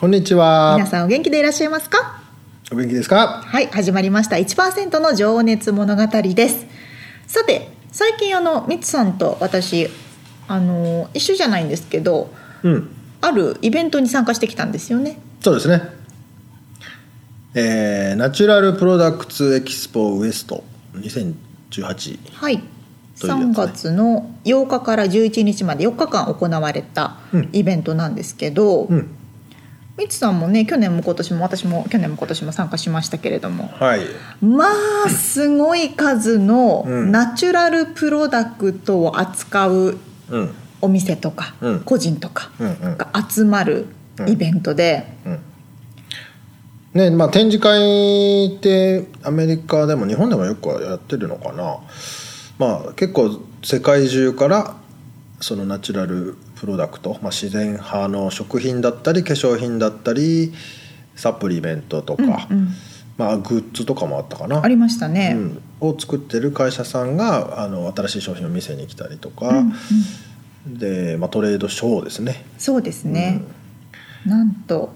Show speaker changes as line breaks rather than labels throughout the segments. こんにちは
皆。さんお元気でいらっしゃいますか
お元気ですか。
はい、始まりました。1%の情熱物語です。さて、最近あのみつさんと私あの一緒じゃないんですけど、
うん、
あるイベントに参加してきたんですよね。
そうですね。えー、ナチュラルプロダクツエキスポウエスト2018。
はい。
というやつね
3月の8日から11日まで4日間行われた
うん
イベントなんですけど、
うん、
みつさんもね去年も今年も私も去年も今年も参加しましたけれども
はい。
まあすごい数の
うん
ナチュラルプロダクトを扱う
うん、
お店とか、
うん
個人とか
うん、うん、
が集まるイベントで、
うん。ね、まあ展示会ってアメリカでも日本でもよくやってるのかな。まあ結構世界中からそのナチュラルプロダクト、まあ、自然派の食品だったり化粧品だったりサプリメントとか、
うんうん
まあ、グッズとかもあったかな
ありましたね。
うん、を作ってる会社さんがあの新しい商品を見せに来たりと
うんう
か
ん、
で、まあ、トレードショーですね。
そうですね、なんと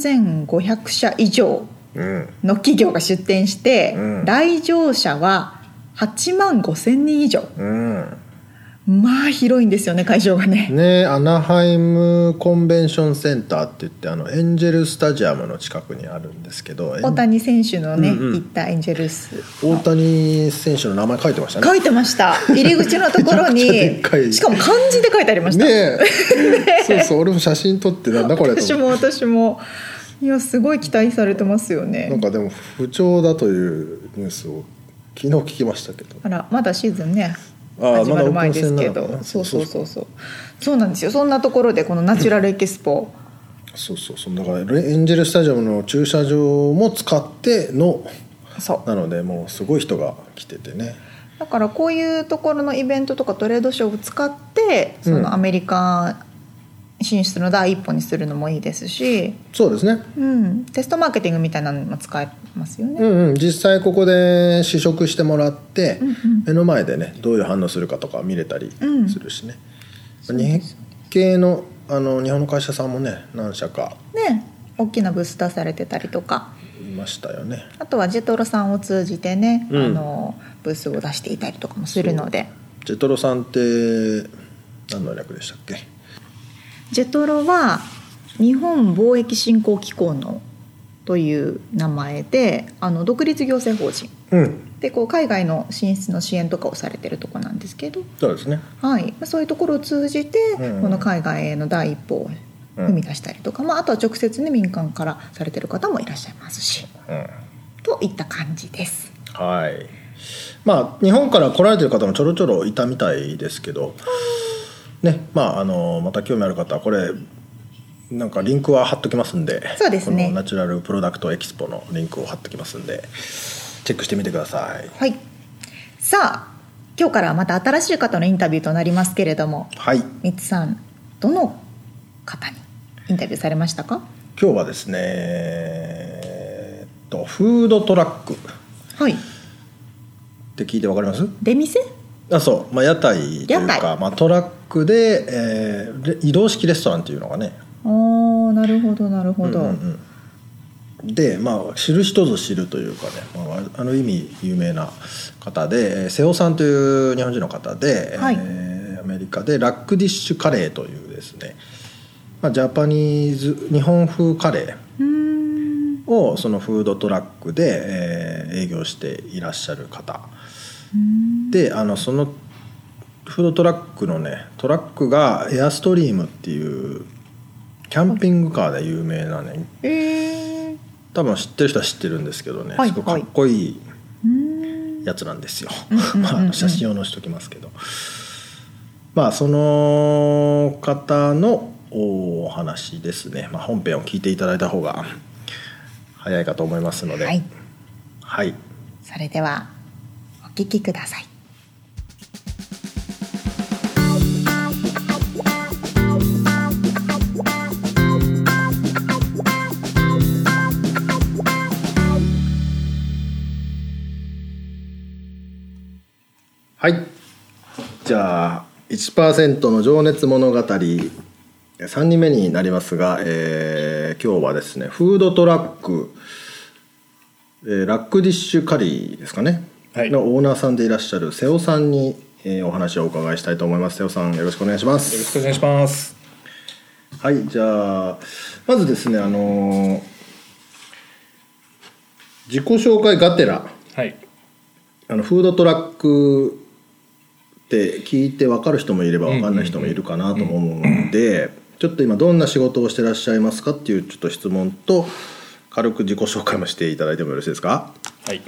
3500社以上
うん、
の企業が出展して、
うん
来場者は8万5,000人以上
うん
まあ広いんですよね会場がね。
ねアナハイムコンベンションセンターって言ってあのエンジェルスタジアムの近くにあるんですけどエン
大谷選手のね、
うんうん
行ったエンジェルス
大谷選手の名前書いてましたね。
書いてました入り口のところ
めちゃくちゃで
に
っかい
しかも漢字で書いてありました、
ね えそうそう俺も写真撮ってなんだこれと思って
私も私もいやすごい期待されてますよね
なんかでも不調だというニュースを昨日聞きましたけど
あらまだシーズンね
ああ
始まる前ですけ
まだオー
ど
プン戦なのかな
そうそうそうそうそうなんですよそんなところでこのナチュラルエキスポ
そうそうそうだからエンジェルスタジアムの駐車場も使っての
そう
なのでもうすごい人が来ててね
だからこういうところのイベントとかトレードショーを使ってそ
うん
のアメリカ進出の第一歩にするのもいいですし、
そうですね
うん、テストマーケティングみたいなのにも使えますよ
う
ね。
んうん実際ここで試食してもらって、
うんうん
目の前でねどういう反応するかとか見れたり
うん
するしね、
そうで
日
す
系のあの日本の会社さんもね何社か
ね大きなブース出されてたりとか
いましたよね
あとはジェトロさんを通じてね、
うん
あのブースを出していたりとかもするので。
ジェトロさんって何の略でしたっけ
ジェトロは日本貿易振興機構のという名前であの独立行政法人
うん
でこう海外の進出の支援とかをされてるとこなんですけど、
そうですね
はい、まあそういうところを通じて、
うん
この海外への第一歩を
うん
踏み出したりとか、まあ、あとは直接ね民間からされてる方もいらっしゃいますし
うん
といった感じです。
はい。まあ日本から来られてる方もちょろちょろいたみたいですけど、ね、まああのまた興味ある方はこれなんかリンクは貼っときますんで、
そうですね
このナチュラルプロダクトエキスポのリンクを貼っときますんで、チェックしてみてください。
はい、さあ今日からはまた新しい方のインタビューとなりますけれども
はい。今
みつさんどの方にインタビューされましたか
日はですね、えーっとフードトラックっ
はい
て聞いてわかります？
出店
あそう、まあ屋台という
屋
か
台
まあトラックで、えーレ移動式レストランっていうのがね
あーなるほどなるほど、
うんうんうんでまあ知る人ぞ知るというかね、まあ、あの意味有名な方でえー瀬尾さんという日本人の方で、
はい
えーアメリカでラックディッシュカレーというですね、まあ、ジャパニーズ日本風カレ
うーん
ーをそのフードトラックで、えー営業していらっしゃる方
うーん
であのそのフードトラックのねトラックがエアストリームっていうキャンピングカーで有名なね
えー、
多分知ってる人は知ってるんですけどね、
はい
すごいかっこいいう
ーん
やつなんです よ、
うんうんうんうん
まああの写真を載せときますけどまあその方のお話ですね、まあ、本編を聞いていただいた方が早いかと思いますので
はい
はい
それではお聞きください
はい。じゃあ1%の情熱物語3人目になりますが、えー今日はですねフードトラック、えーラックディッシュカリーですかね、
はい
のオーナーさんでいらっしゃる瀬尾さんに、えーお話をお伺いしたいと思います瀬尾さんよろしくお願いしま
よろし
す
くお願いします。
はいじゃあまずですねあのー自己紹介がてら
はい。
あのフードトラックって聞いて分かる人もいれば分かんない人もいるかなとも思うのでちょっと今どんな仕事をしてらっしゃいますかっていうちょっと質問と軽く自己紹介もしていただいてもよろしいですか
はい。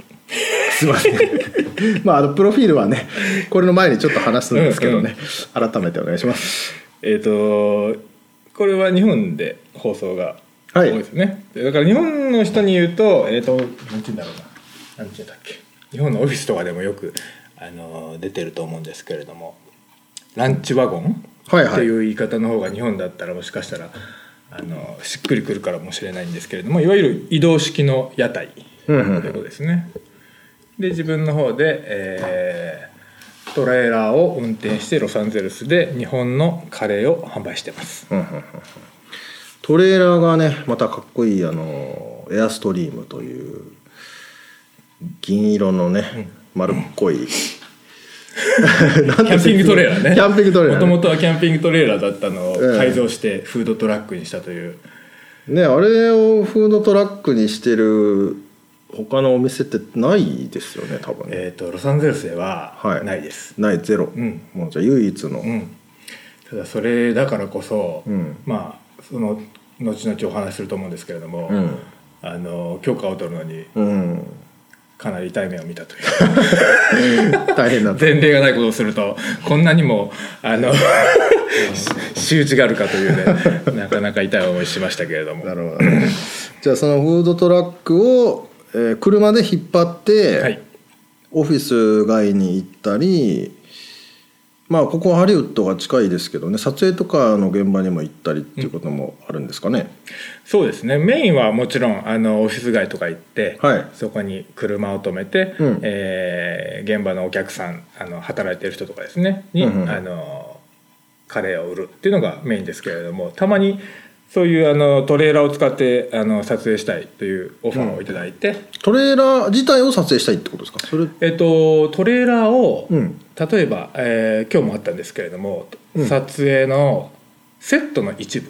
すいません まああのプロフィールはねこれの前にちょっと話すんですけどね改めてお願いします
えっ、と、これは日本で放送が多
はい
いですよね。でだから日本の人に言うと、えっ、と、なんて言うんだろうな。なんて言うんだっけ。日本のオフィスとかでもよく、あの、出てると思うんですけれども、ランチワゴン、
はいはい
っていう言い方の方が日本だったらもしかしたら、あの、しっくりくるからもしれないんですけれども、いわゆる移動式の屋台と
うんうんう
い
ん
うことですね。で自分の方で、えートレーラーを運転してロサンゼルスで日本のカレーを販売してます
うんうんうんうんトレーラーがねまたかっこいいあのエアストリームという銀色のね丸っこい、なん
キャンピングトレーラーね
キャンピングトレーラー
もと
ね
もとはキャンピングトレーラーだったのを
ええ
改造してフードトラックにしたという、
ねあれをフードトラックにしてる他のお店ってないですよね多分ね、
えー、とロサンゼルスでは
はい
ないです、
ないゼロ、
ん
もうじゃあ唯一の、
うん、ただそれだからこそ、
うん
まあその後々お話しすると思うんですけれども、
うん
あの許可を取るのに
うん、
かなり痛い目を見たという
大変 だった
前例がないことをするとこんなにも あの仕打ちがあるかというねなかなか痛い思いしましたけれども
なるほど、ね、じゃあそのフードトラックを、えー車で引っ張って、
はい
オフィス街に行ったりまあここはハリウッドが近いですけどね撮影とかの現場にも行ったりっていうこともあるんですかね、
そうですねメインはもちろんあのオフィス街とか行って、
はい
そこに車を止めて、
うん
えー現場のお客さんあの働いてる人とかですねに、
うんうん
あのカレーを売るっていうのがメインですけれどもたまにそういうあのトレーラーを使ってあの撮影したいというオファーをいただいて、
トレーラー自体を撮影したいってことですかそれ
えっと、トレーラーを、
うん
例えば、えー今日もあったんですけれども、
うん
撮影のセットの一部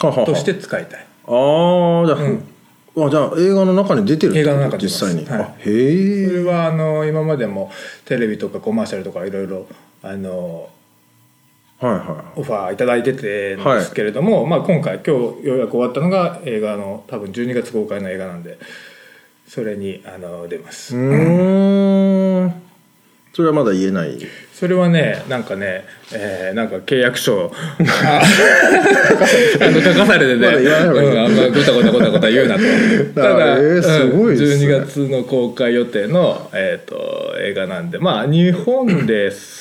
ははは
として使いたい
ああじゃあ,、あじゃあ映画の中に出てるってこと
映画の中に出てます
実際に、
はい
あ
それ
へえ
はあの今までもテレビとかコマーシャルとかいろいろあの
はいはい
オファーいただいててなんですけれども、まあ、今回今日ようやく終わったのが映画の多分12月公開の映画なんでそれにあの出ます、
うーんそれはまだ言えない
それはねなんかね、えーなんか契約書をあの 書かされてね、
まだ言わない方がいい
うん、あんまごたごたごたごた言うなとた
あ
だ、
えーすごいですね
うん12月の公開予定の、えー、と映画なんでまあ日本で、えー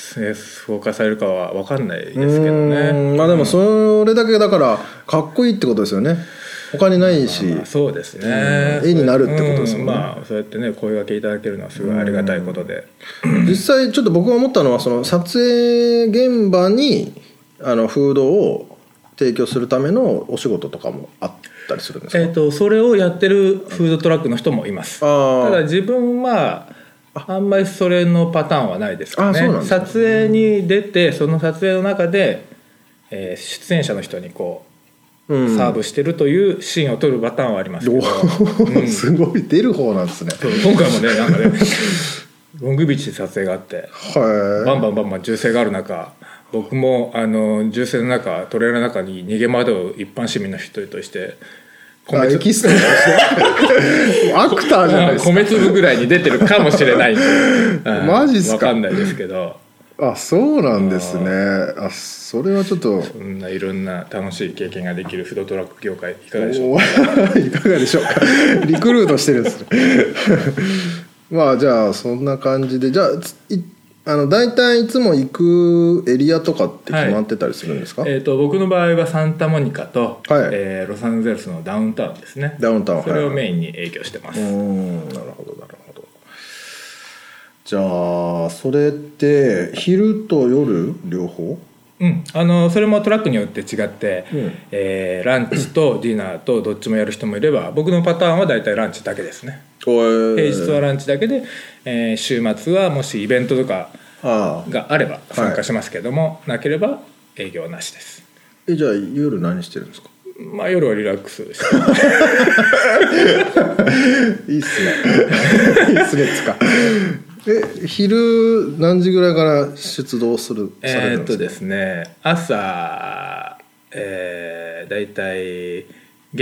公開されるかは分かんないですけど
うー
ね
んまあでもそれだけだからかっこいいってことですよね他にないし、
まあそうですね、
うん絵になるってことですもんね
うまあそうやってね声がけいただけるのはすごいありがたいことで、
実際ちょっと僕が思ったのはその撮影現場にあのフードを提供するためのお仕事とかもあったりするんです
え
か、
ー、とそれをやってるフードトラックの人もいますただ
あ
自分はあんまりそれのパターンはないですか
あそうなん
ね
ですね
撮影に出てその撮影の中で、えー出演者の人にこ
あ、う
うんサーブしてるというシーンを撮るパターンはありますけど、
お
うん
ーすごい出る方なんですね
そう今回もねなんかねロングビーチで撮影があって
は
バンバンバンバン銃声がある中僕もあの銃声の中トレーラーの中に逃げ惑う一般市民の一人として
いあエキストラとし てアクターじゃないです
米粒ぐらいに出てるかもしれないん で、うん
マジっすか
わかんないですけど
かあそうなんですねあそれはちょっと
そんないろんな楽しい経験ができるフードトラック業界いかがでしょう
おーいかがでしょうかリクルートしてるんですね まあじゃあそんな感じでじゃあついあの大体いつも行くエリアとかって決まってたりするんですか、
えー、と僕の場合はサンタモニカと、
はい
えーロサンゼルスのダウンタウンですね
ダウンタウン
それを
はい
メインに影響してます、
うーんなるほどなるほどじゃあそれって昼と夜両方
うん、あのそれもトラックによって違って、
うん
えーランチとディナーとどっちもやる人もいれば僕のパターンは大体ランチだけですね平日はランチだけで、えー週末はもしイベントとか
ああ
があれば参加しますけども、なければ営業なしです
えじゃあ夜何してるんですか
まあ夜はリラックスして
いいっすねいいっすねっつかえ昼何時ぐらいから出動するされ
え
る
ー
んです
っと
か、
ですね朝えー、大体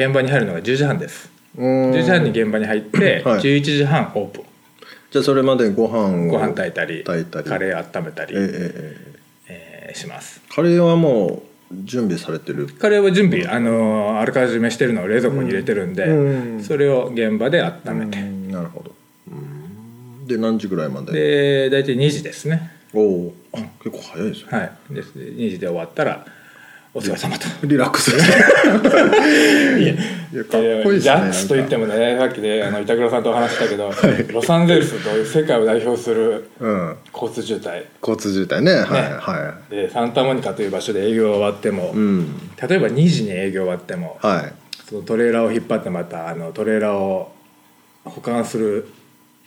現場に入るのが10時半です
うーん
10時半に現場に入って、
はい
11時半オープン
じゃあそれまでご飯を
ご飯炊いたり
炊いたり
カレー温めた
え
り、
ええええ
えーします
カレーはもう準備されてる
カレーは準備あのーあらかじめしてるのを冷蔵庫に入れてるんで、
うん
それを現場で温めて、
うんなるほどうんで何時ぐらいまで
で大体2時ですね
おおあ結構早いですね
はいです2時で終わったらお疲れ様と
リラックス
いや
やかっこいいですね
ジャックスと言ってもねさっきであの板倉さんとお話ししたけど、ロサンゼルスという世界を代表する
うん
交通渋滞
交通渋滞ねはいは
でサンタモニカという場所で営業が終わっても、
いうん
例えば2時に営業終わっても、
はい
そのトレーラーを引っ張ってまたあのトレーラーを保管する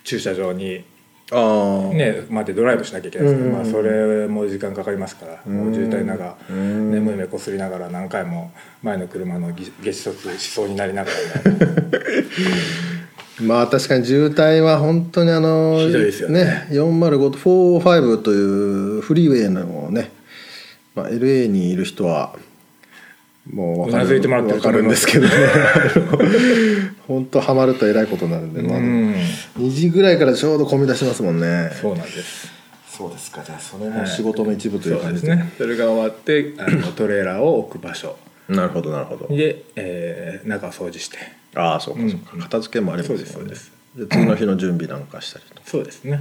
駐車場に、
ああ
ね、待ってドライブしなきゃいけないですけど、
うん
まあ、それも時間かかりますから、もう渋滞ながら、
ん
眠い目こすりながら何回も前の車のぎげし卒しそうになりなが ら、ね、
まあ確かに渋滞は本当にあの
ひどいですよね
405と45というフリーウェイのね、まあ、LA にいる人はもうわか
うなずいてもらってる
わかるんですけどね本当ハマるとえらいことになるんで、まあ
うん
2時ぐらいからちょうど混み出しますもんね
そうなんです
そうですかじゃあそれも仕事の一部とい
そうう
感
です
じで,、
ねそれが終わってあ のトレーラーを置く場所
なるほどなるほど
で、えー中を掃除して
ああそうかそうか、片付けもありますよね
そうです
で次の日の準備なんかしたりとか
そうですね、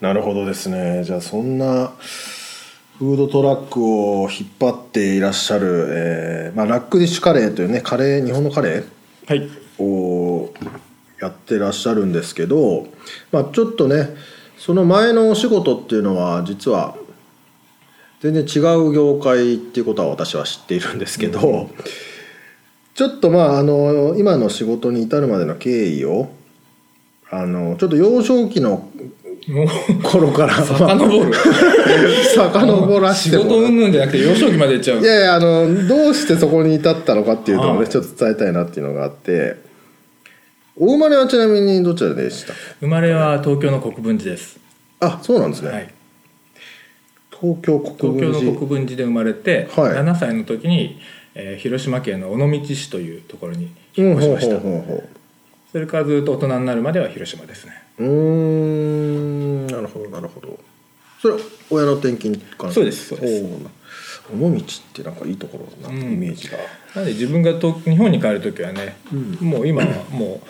なるほどですねじゃあそんなフードトラックを引っ張っていらっしゃる、えーまあ、ラックディッシュカレーというねカレー日本のカレ
はい
ーをやってらっしゃるんですけど、まあ、ちょっとねその前のお仕事っていうのは実は全然違う業界っていうことは私は知っているんですけど、ちょっとまああの今の仕事に至るまでの経緯をあのちょっと幼少期の
もう
頃から
遡る
遡らして
仕事
もらう
云々じゃなくて幼少期まで行っちゃう
いやいやあのどうしてそこに至ったのかっていうのを
は
ね
い
ちょっと伝えたいなっていうのがあってお生まれはちなみにどちらでした
生まれは東京の国分寺です、
あそうなんですね、
はい、
東京国
東京
分
の
寺
国分寺で生まれて、
はい
7歳の時に、えー広島県の尾道市というところに
う
引
ん
っ越しまし
ほ
た、
うほうほうほ
それからずっと大人になるまでは広島ですね
ううーんなるほどなるほどそれ親の転勤かな
そうですそうです
おー尾道ってなんかいいところだなってイメージが、
なんで自分がと日本に帰る時はね、もう今はも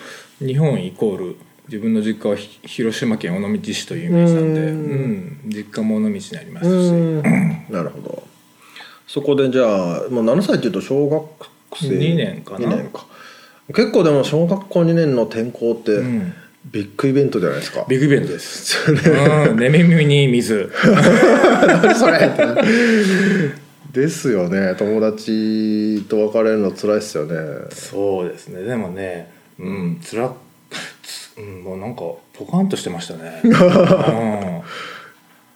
う日本イコール自分の実家はひ広島県尾道市というイメージなんで、
う
うんん実家も尾道になりますし、
なるほどそこでじゃあ、まあ、7歳っていうと小学生
2年かな
2年か結構でも小学校2年の転校って
ん
ビッグイベントじゃないですか、
ビッグイベントです。うん、寝耳に水。
それ ですよね友達と別れるの辛いっすよね
そうですねでもねうんつらつうんもうなんかポカンとしてました ね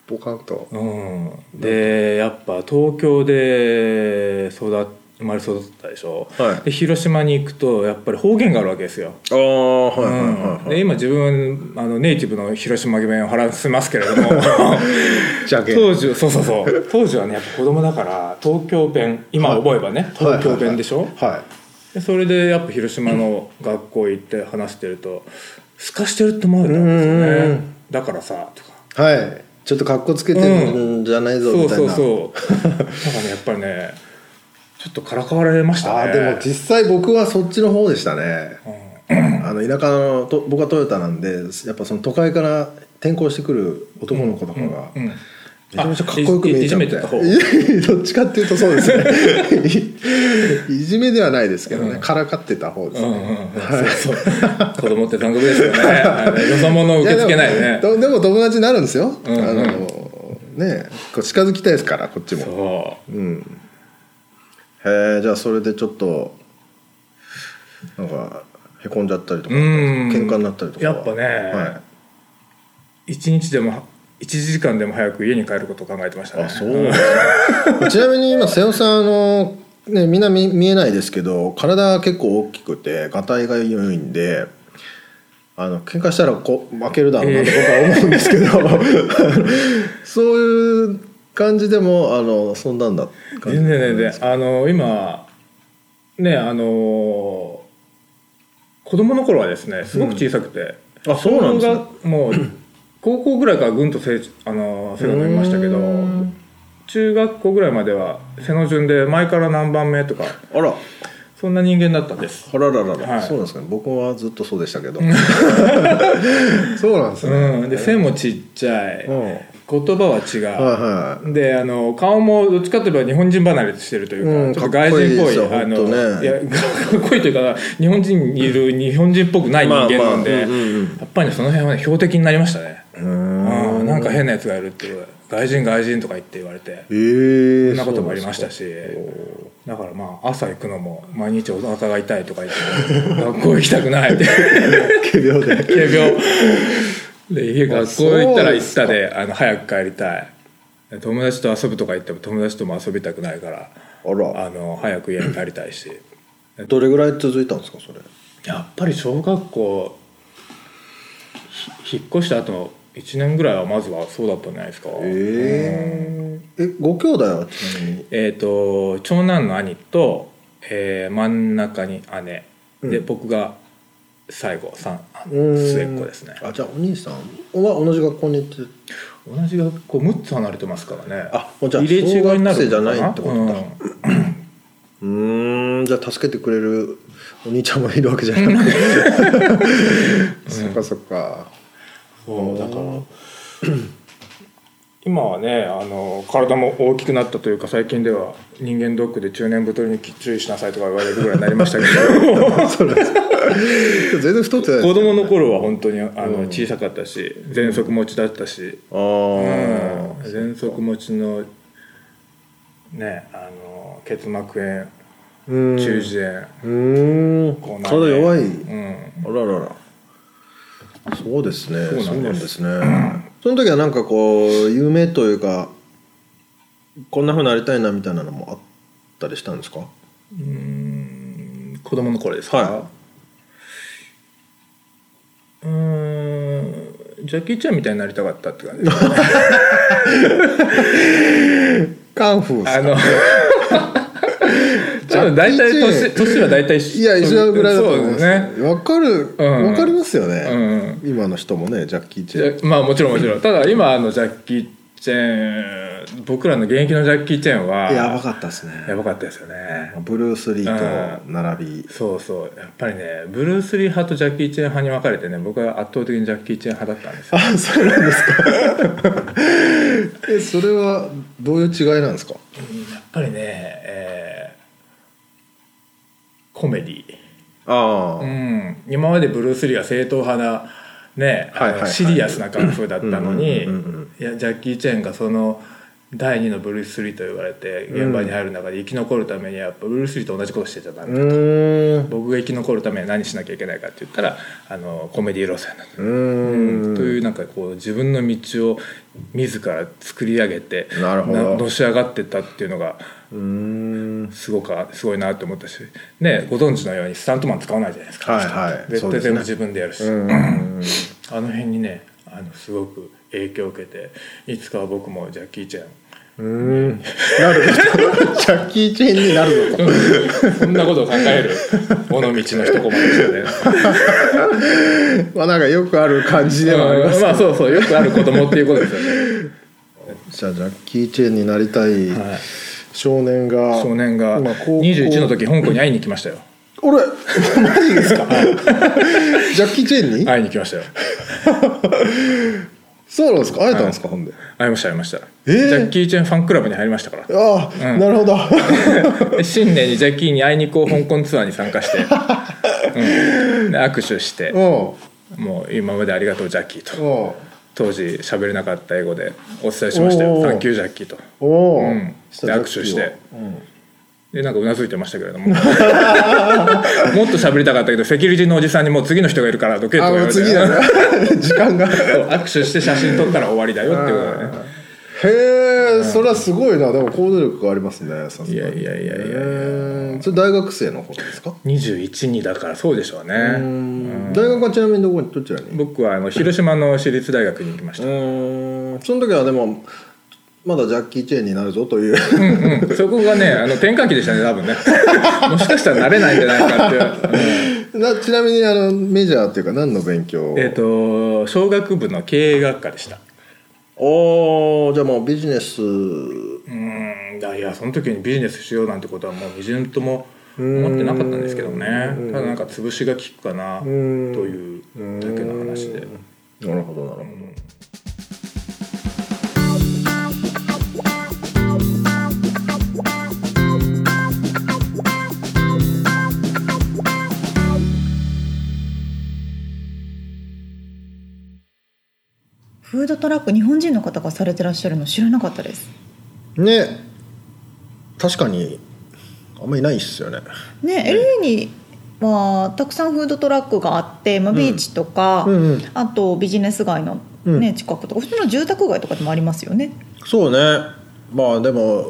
ポカンと
うん、うん、でやっぱ東京で育っ生まれ育ったでしょ、
はい
で広島に行くとやっぱり方言があるわけですよ、
ああはいはいはい、
うん
は
で
い
今自分はあのネイティブの広島弁を話しますけれど も
じゃけん
当時そうそうそう当時はねやっぱ子供だから東京弁今覚えばね、東京弁でしょ、
は
でそれでやっぱ広島の学校行って話してるとすかしてるって思われたんですよ
うんうんう
ね
ん
だからさとか
い、はいちょっと格好つけてるんじゃないぞ
そ
み
う
た
そ
いうな、
そうだからねやっぱりねちょっとからかわれました
あ
ね
ーでも実際僕はそっちの方でしたね、あの田舎のと僕はトヨタなんでやっぱその都会から転校してくる男の子とかが、
うん
めちゃめちゃかっこよく見えちゃって
あいじめてた方
いやいやどっちかっていうとそうです ねいいじめではないですけどね、
うん
からかってた方です
う
ね、
んうんうんそうそう子供って残酷ですよねあのよそ者を受け付けないね
でもでも友達になるんですよ、
うんうん
あのねこう近づきたいですからこっちも、
そう
ん、へえじゃあそれでちょっとなんかへこんじゃったりとか
ううん
喧嘩になったりとか
やっぱね、
は
一日でも一時間でも早く家に帰ることを考えてました
い、
ね
あそうなんだ ちなみに今瀬尾さんあのねみんな見見えないですけど体が結構大きくてがたいが良いんであの喧嘩したらこ負けるだろうなって僕は思うんですけど、 そういう感じでもあのそんなんだ感じ
全然全然あの今ねあの子供の頃はですねすごく小さくて、
あそうなんですね
子供がもう 高校ぐらいからぐんと背あの背が伸びましたけど
うん
中学校ぐらいまでは背の順で前から何番目とか
あら
そんな人間だったんです
あらららら、
はい
そうなんですかね僕はずっとそうでしたけど そうなん ですね、
うん、で背もちっちゃい
うん
言葉は違う、
はいはい
であの顔もどっちかといえば日本人離れしてるというか、
うん
ちょっと外人
かっこい
っぽい
いですよ
あの
ほんとね
いや かっこいいというか日本人にいる日本人っぽくない人間なんで、
まあまあうんうんうん
やっぱりその辺はね標的になりましたね、
うーん
うん、なんか変なやつがいるっていう外人外人とか言って言われて
え
そ
ー
んなこともありました
そ
しだからまあ朝行くのも毎日お腹が痛いとか言って学校行きたくないって
うなんですか仮病で
軽病で家学校行ったら行ったであの早く帰りたい友達と遊ぶとか行っても友達とも遊びたくないから
あら
あの早く家に帰りたいし
どれぐらい続いたんですかそれ
やっぱり小学校ひ引っ越した後1年ぐらいはまずはそうだったんじゃないですか
えー、えご兄弟はちなみに
えー、と長男の兄と、えー真ん中に姉、で
うん
僕が最後三
うーん
末っ子ですね
あじゃあお兄さんは同じ学校に行って
同じ学校6つ離れてますからね
あもうじゃあ
入れ違いになる
小学生じゃないってことだ
うん
うーんじゃあ助けてくれるお兄ちゃんもいるわけじゃなくて そっかそっか
そうだから今はねあの体も大きくなったというか最近では人間ドックで中年太りに注意しなさいとか言われるぐらいになりましたけ ど
全然太ってない
子供の頃は本当にあ
う
の
ん
小さかったし喘息持ちだったし、
ああ、
うん喘息持ちのねあの結膜炎
うん
中耳
うーん
炎口内炎
体弱い、
うん
あらららそうですねそう
そう
な
なんん
で
です
ね その時はなんかこう夢というかこんなふうになりたいなみたいなのもあったりしたんですか
子供の頃ですか、
は
うーんジャッキー・チャンみたいになりたかったって感じ
カンフー
あ の多分大体年年は大体一緒
いや一緒ぐらいだと思うんで
そうですすね
ねわ、かる
うん
わかりますよね、
うん
今の人もねジャッキー・チ
じ
ェン
ゃまあもちろんもちろんただ今あのジャッキー・チェン僕らの現役のジャッキー・チェンは
やばかったですね
やばかったですよね
ブルース・リーと並び、
そうそうやっぱりねブルース・リー派とジャッキー・チェン派に分かれてね僕は圧倒的にジャッキー・チェン派だったんですよ
あそうなんです かえそれはどういう違いなんですか
やっぱりね、えーコメディ
ああ、
うん今までブルース・リーは正統派な、ねあの
はいはいはい
シリアスなカンフーだったのにい
うんうんうんうん
やジャッキー・チェンがその第2のブルース・リーと言われて現場に入る中で生き残るためにはやっぱブルース・リーと同じことしてちゃダメだと、
うん
僕が生き残るためには何しなきゃいけないかって言ったらあのコメディ路線なんだ、
うーん
というなんかこう自分の道を自ら作り上げて
なるほど
なのし上がってったっていうのが
うーん
すごかすごいなって思ったし、ね、ご存知のようにスタントマン使わないじゃないですか、
はいはいそ
絶
うです
対全
ね
部自分でやるし、
うん
あの辺にねあのすごく影響を受けていつかは僕もジャッキー・チェン
うんなるほどジャッキー・チェンになるのか
そんなことを考 える尾道の一コマですよね。
まあなんかよくある感じではあります
まあそうそうよくある子供っていうことですよね。
じゃあジャッキー・チェンになりたい
はい
少年が、
少年が
今高校
21の時香港に会いに来ましたよ。
俺マジですかジャッキー・チェンに、
会いに来ましたよ。
そうなんですか会えたんですか、ほんで
会いました会いました。
えー
ジャッキー・チェンファンクラブに入りましたから。
ああ、なるほど
で新年にジャッキーに会いに行こう香港ツアーに参加して、うん、で握手して
うん
もう今までありがとうジャッキーと
うん
当時喋れなかった英語でお伝えしましたよ
おー
サンキュージャッキーと
おお、
うん
したら
で握手
ジャッ
して
キーはうん
でなんかうなずいてました けれども もっと喋りたかったけどセキュリティのおじさんにもう次の人がいるからどけと
あ
言わ
もう
れて
次だね時間がへ
そう 握手して写真撮ったら終わりだよってことだね
えそれはすごいなでも行動力がありますねさすがに
いやいやいやいやいや
へえそれ大学生の方ですか
212だからそうでしょうね
うん大学はちなみにどこにどちらに
僕はあの広島の私立大学に行きました、
うんその時はでもまだジャッキー・チェンになるぞという
うんうんそこがねあの転換期でしたね多分ねもしかしたら慣れないんじゃないかっていう、
なちなみにあのメジャー っていうか何の勉強
うんえっ、と商学部の経営学科でした
おーじゃあもうビジネス
うんだいやその時にビジネスしようなんてことはもうみじんとも思ってなかったんですけどねただなんか潰しが効くかなというだけの話
な
で
るほどなるほど
フードトラック日本人の方がされてらっしゃるの知らなかったです
ね確かにあんまりいないっすよね
ね LA にはたくさんフードトラックがあって、まあ、ビーチとか、
うんうん
あとビジネス街の、
うん
ね近くとか普通の住宅街とかでもありますよね
そうねまあでも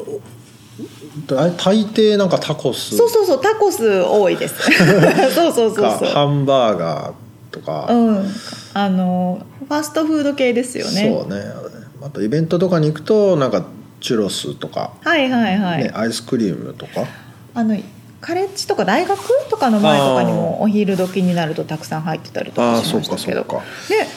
だ大抵なんかタコス
そうそうそうタコス多いです そうそうそう
か
そう
ハンバーガーとか、
うんあのファストフード系ですよね
そうねあとイベントとかに行くとなんかチュロスとか、
はいはいはい、
ね、アイスクリームとか
あのカレッジとか大学とかの前とかにもお昼時になるとたくさん入ってたりと
あ
か
あ
し
そ
ま
う
した
か
け
そ
ど
うか
ね、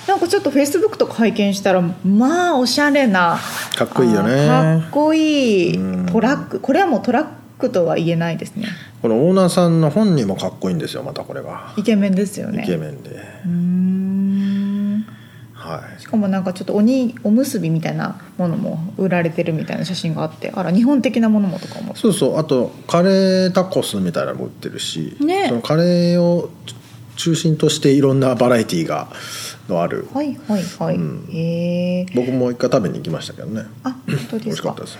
なんかちょっとフェイスブックとか拝見したらまあおしゃれな
かっこいいよ
あーか
ね
っこいい
うん
トラックこれはもうトラックとは言えないですね
このオーナーさんの本人もかっこいいんですよまたこれが、
イケメンですよね
イケメンで、
うーん
は
しかもなんかちょっとおにおむすびみたいなものも売られてるみたいな写真があってあら日本的なものもとかも
いそうそうあとカレータコスみたいなのも売ってるし、
ね
そのカレーを中心としていろんなバラエティーがのある
はいはいはい、
うん
へえ
僕も一回食べに行きましたけどね
あ本当
美
で
味し
す
か
か
ったです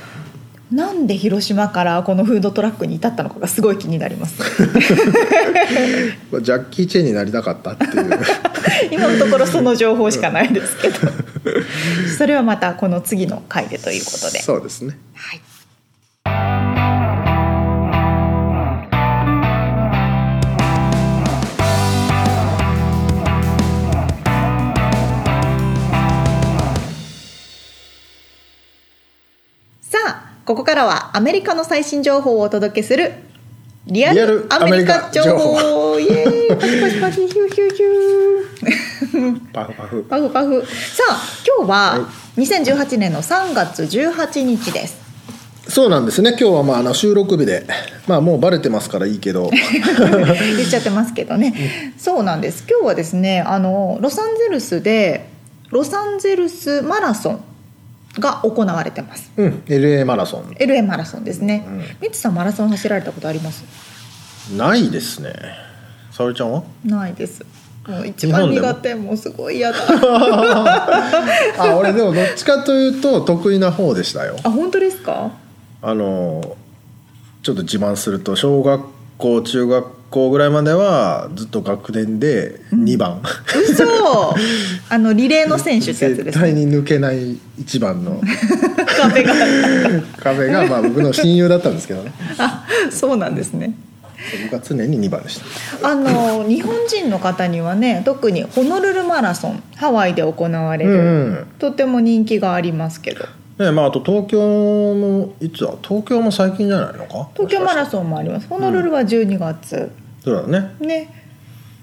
なんで広島からこのフードトラックに至ったのかがすごい気になります
ジャッキー・チェンになりたかったっていう
今のところその情報しかないですけどそれはまたこの次の回でということで
そうですね
はいさあここからはアメリカの最新情報をお届けするリア
リア
ル
ル
アメリカ情報
ア
イエーイパチパチパチヒューヒューヒュー
パフパフ
パフパフさあ今日は2018年の3月18日です
そうなんですね今日はまああの収録日でまあもうバレてますからいいけ ど
言っちゃってますけどね。そうなんです。今日はですね、あのロサンゼルスでロサンゼルスマラソンが行われてます。
うん LA マラソン
LA マラソンですね
うん。
ミ、ツ、さんマラソン走られたことあります？
ないですね沙織ちゃんは
ないです。もう一番
日本でも
苦手もうすごい嫌だ
あ俺でもどっちかというと得意な方でしたよ
あ本当ですか
あのちょっと自慢すると小学校中学校ぐらいまではずっと学年で2番、
嘘あのリレーの選手ってやつで
絶
すね
対に抜けない1番の
壁が
壁がまあ僕の親友だったんですけ どね
あそうなんですね
僕は常に2番でした
あの日本人の方にはね特にホノルルマラソンハワイで行われ
う
る、
ん、うん
とても人気がありますけど
ねまあ、あと東京もいつだ東京も最近じゃないのか
東京マラ
ン
ソンもありますホノルルは12月、
そうだね
ね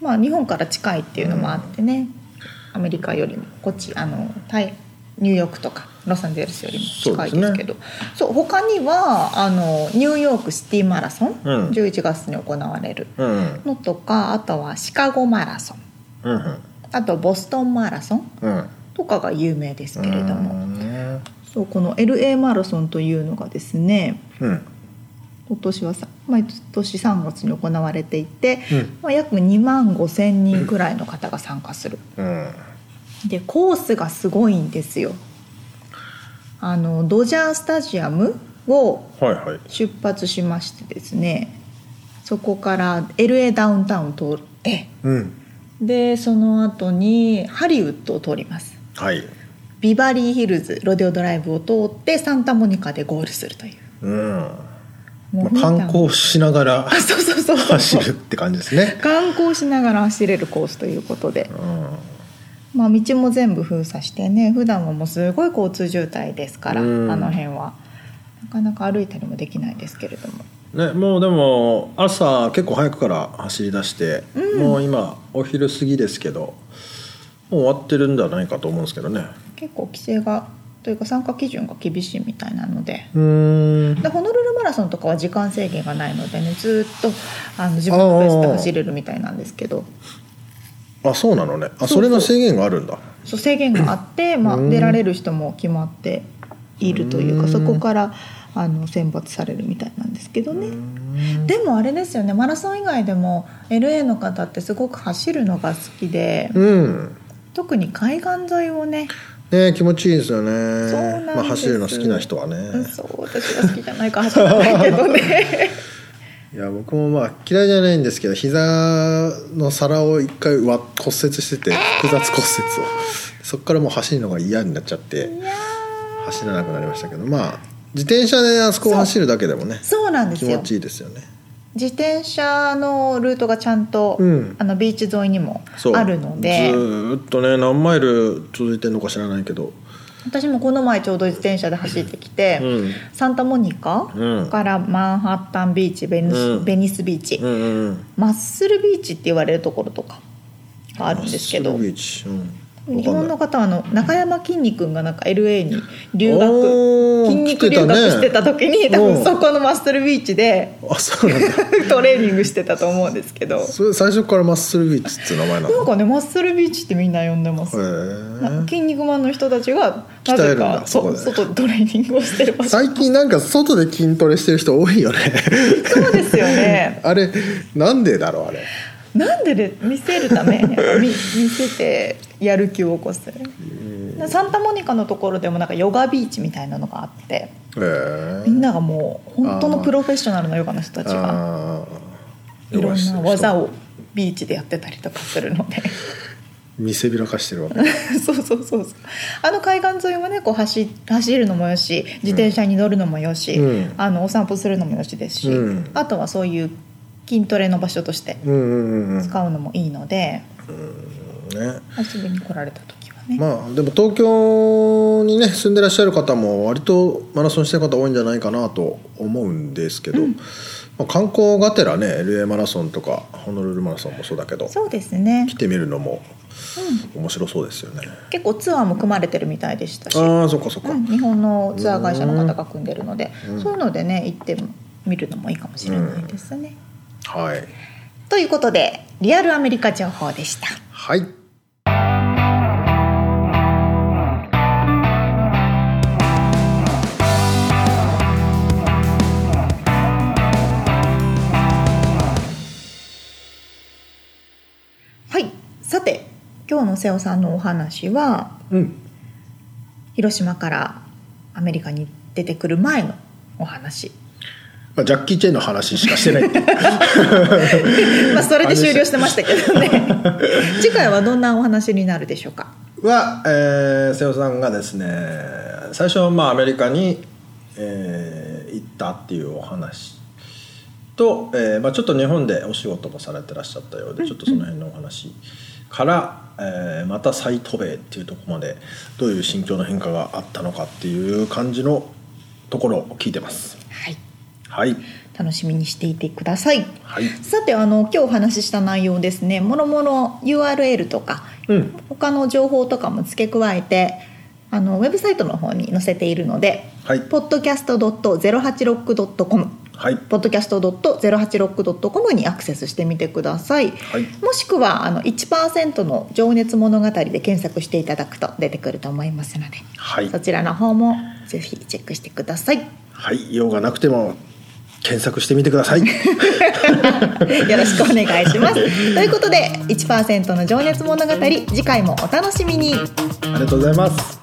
まあ日本から近いっていうのもあってね、アメリカよりもこっちあのタイニューヨークとかロサンゼルスよりも近いですけどそう他にはあのニューヨークシティマラソン、
うん
11月に行われる
うんうん
のとかあとはシカゴマラソン
うん
あとボストンマラソン
うん
とかが有名ですけれども、
うんね
そうこの LA マラソンというのがですね
うん
今年はさ毎年3月に行われていて、
うん
まあ、約2万5千人くらいの方が参加する。
うん
でコースがすごいんですよあのドジャースタジアムを
はいはい
出発しましてですねそこから LA ダウンタウンを通って
うん
でその後にハリウッドを通ります
はい
ビバリーヒルズロデオドライブを通ってサンタモニカでゴールするという
うん、
も
ま
う
あ、観光しながら
あそうそうそうそう
走るって感じですね
観光しながら走れるコースということで
う、ん
まあ、道も全部封鎖してね普段はもうすごい交通渋滞ですから、
うん
あの辺はなかなか歩いたりもできないですけれども
ね、もうでも朝結構早くから走り出して、もう今お昼過ぎですけどもう終わってるんじゃないかと思うんですけどね
結構規制がというか参加基準が厳しいみたいなので。
うーん
でホノルルマラソンとかは時間制限がないのでねずーっとあの自分のペースで走れるみたいなんですけど
あそうなのねあ
そうそう
それの制限があるんだ
そう制限があ って、まあ、
うん
出られる人も決まっているというか
うん
そこからあの選抜されるみたいなんですけどね。でもあれですよねマラソン以外でも LA の方ってすごく走るのが好きで、
うん
特に海岸沿いをね、
ね気持ちいいですよね
そうなんです
まあ、走るの好きな人はね、
そう私が好きじゃないから走らないけどね
いや僕もまあ嫌いじゃないんですけど膝の皿を一回わ骨折してて複雑骨折をそこからもう走るのが嫌になっちゃって
いや
走らなくなりましたけどまあ自転車であそこを走るだけでもね
ーそうなんで
気
す
持
よ
ちいいですよね
自転車のルートがちゃんと、
うん
あのビーチ沿いにも
そう
あるので
ずーっとね何マイル続いてるのか知らないけど
私もこの前ちょうど自転車で走ってきて、
うん
サンタモニカ
うん
からマンハッタンビーチベニス,、
うん
ベニスビーチ、
うんうんうん
マッスルビーチって言われるところとかがあるんですけど
マッスルビーチうん
日本の
わかんない
方はあの中山きんに君がなんか LA に留
お
学
ー
筋肉留学してた時に
来てた
多
ね
分そこのマッスルビーチで
あそうなんだ
トレーニングしてたと思うんですけど
それ最初からマッスルビーチっていう名前な
なん
の
かねマッスルビーチってみんな呼んでます。なん
へ
か
え
筋肉マンの人たちがな
鍛える
ぜ
んだ
かそ
そこで
外でトレーニングをしてる場所
最近なんか外で筋トレしてる人多いよね
そうですよね
あれなんでだろうあれ
なんでで見せるためやっぱ見見せてやる気を起こすサンタモニカのところでもなんかヨガビーチみたいなのがあって
へえ
みんながもう本当のプロフェッショナルのヨガの人たちが
あー
いろんな技
よ
をビーチでやってたりとかするので
し見せびらかしてるわけ
そうそうそうそうあの海岸沿いもねこう走走るのもよし自転車に乗るのもよし、
うん
あのお散歩するのもよしですし、
うん
あとはそういう筋トレの場所として
うんうんうんうん
使うのもいいので
ね
遊びに来られた時はね。
まあでも東京にね住んでらっしゃる方も割とマラソンしてる方多いんじゃないかなと思うんですけど、まあ、観光がてらね LA マラソンとかホノルルマラソンもそうだけど
そうですね
来、てみるのも面白そうですよね。
結構ツアーも組まれてるみたいでしたし、
ああそっかそっか、
うん、日本のツアー会社の方が組んでるので、そういうのでね行ってみるのもいいかもしれないですね。
はい
ということでリアルアメリカ情報でした。
はい
はいさの瀬尾さんのお話は
うん
広島からアメリカに出てくる前のお話、
まあ、ジャッキー・チェンの話しかしてないっていう
まあ、それで終了してましたけどね次回はどんなお話になるでしょうか
は、えー瀬尾さんがですね最初はまあアメリカに、えー行ったっていうお話と、えーまあ、ちょっと日本でお仕事もされてらっしゃったようでちょっとその辺のお話から、えーまた再渡米っていうところまでどういう心境の変化があったのかっていう感じのところを聞いてます。
はい
はい、
楽しみにしていてください
はい
さてあの今日お話しした内容ですねもろもろ URL とか
うん
他の情報とかも付け加えてあのウェブサイトの方に載せているので
はい
podcast.086.com
はい、
podcast.086.com にアクセスしてみてください、
はい
もしくはあの1%の情熱物語で検索していただくと出てくると思いますので、
はい
そちらの方もぜひチェックしてください よ
はい、用がなくても検索してみてくださ い。
ろしくお願いし ますということで1%の情熱物語次回もお楽しみに
ありがとうございます。